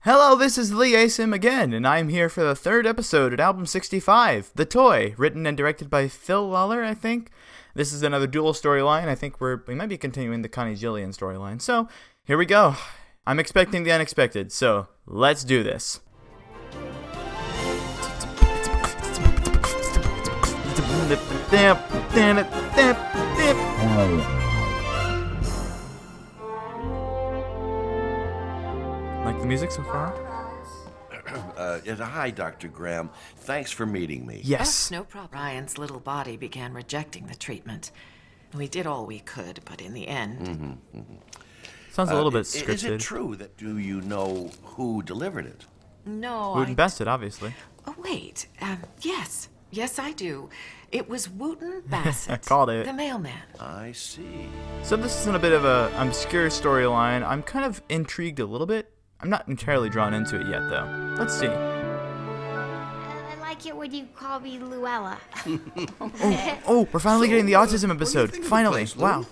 Hello, this is Lee Asim again, and I'm here for the third episode at Album 65, The Toy, written and directed by Phil Lawler, I think. This is another dual storyline. I think we're we might be continuing the Connie Gillian storyline. So here we go. I'm expecting the unexpected, so let's do this. Like the music so far? Uh, yes, hi, Dr. Graham. Thanks for meeting me. Yes. No problem. Ryan's little body began rejecting the treatment. We did all we could, but in the end, Sounds a little bit Uh, I- Is it scripted. true that do you know who delivered it? no. Who I- invested, obviously. Oh, wait. Um, yes. Yes, I do. It was Wooten Bassett. Called it. The mailman. I see. So this isn't a bit of a obscure storyline. I'm kind of intrigued a little bit. I'm not entirely drawn into it yet, though. Let's see. I like it when you call me Luella. Oh, we're finally getting the autism episode. think of the Finally! place, Lou? wow.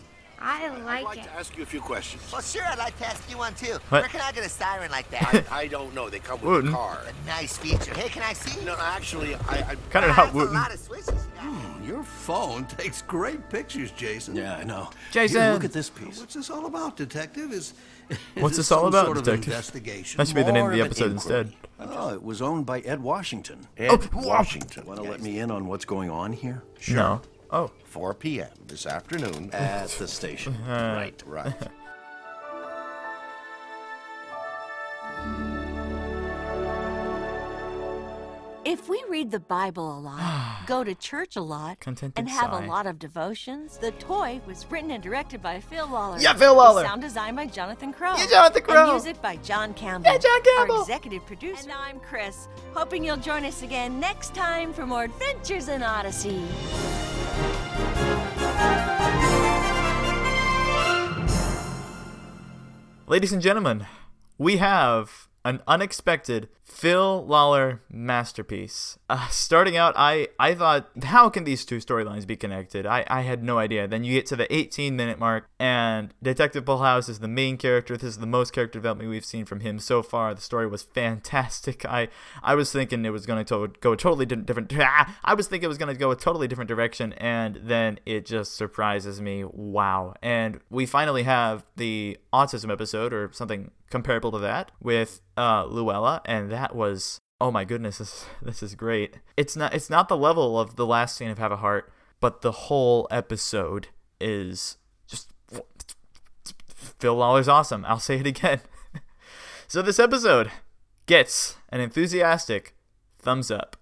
I I'd like like it. to ask you a few questions. Well, sure, I'd like to ask you one too. What? Where can I get a siren like that? I don't know. They come with Wouldn't. a car. nice feature. Hey, can I see? No, actually, I. I Cut it Wow, out, that's a Wooten. lot of switches. hmm, Your phone takes great pictures, Jason. Yeah, I know. Jason. Here, look at this piece. What's this all about, Detective? Is, is it What's this all some about, sort of Detective? investigation? That should be the name of More the of an episode instead. Oh, inquiry. Oh, it was owned by Ed Washington. Ed Washington. Want to let me in on what's going on here? No. Oh. 4 p.m. this afternoon. At the station. right, right. If we read the Bible a lot, go to church a lot, Contented and have sigh. a lot of devotions, The Toy was written and directed by Phil Lawler. Yeah, Phil Lawler. With sound design by Jonathan Crow. Yeah, Jonathan Crow. And music by John Campbell. Yeah, John Campbell. Our executive producer. And I'm Chris, hoping you'll join us again next time for more Adventures in Odyssey. Ladies and gentlemen, we have an unexpected Phil Lawler masterpiece. Uh, starting out, I, I thought, how can these two storylines be connected? I, I had no idea. Then you get to the 18 minute mark, and Detective Bullhouse is the main character. This is the most character development we've seen from him so far. The story was fantastic. I, I was thinking it was going to go a totally di- different. Ah, I was thinking it was going to go a totally different direction, and then it just surprises me. Wow. And we finally have the autism episode or something comparable to that with uh, Luella, and that was oh my goodness, this this is great. It's not it's not the level of the last scene of Have a Heart, but the whole episode is just Phil Lawler's awesome. I'll say it again. so this episode gets an enthusiastic thumbs up.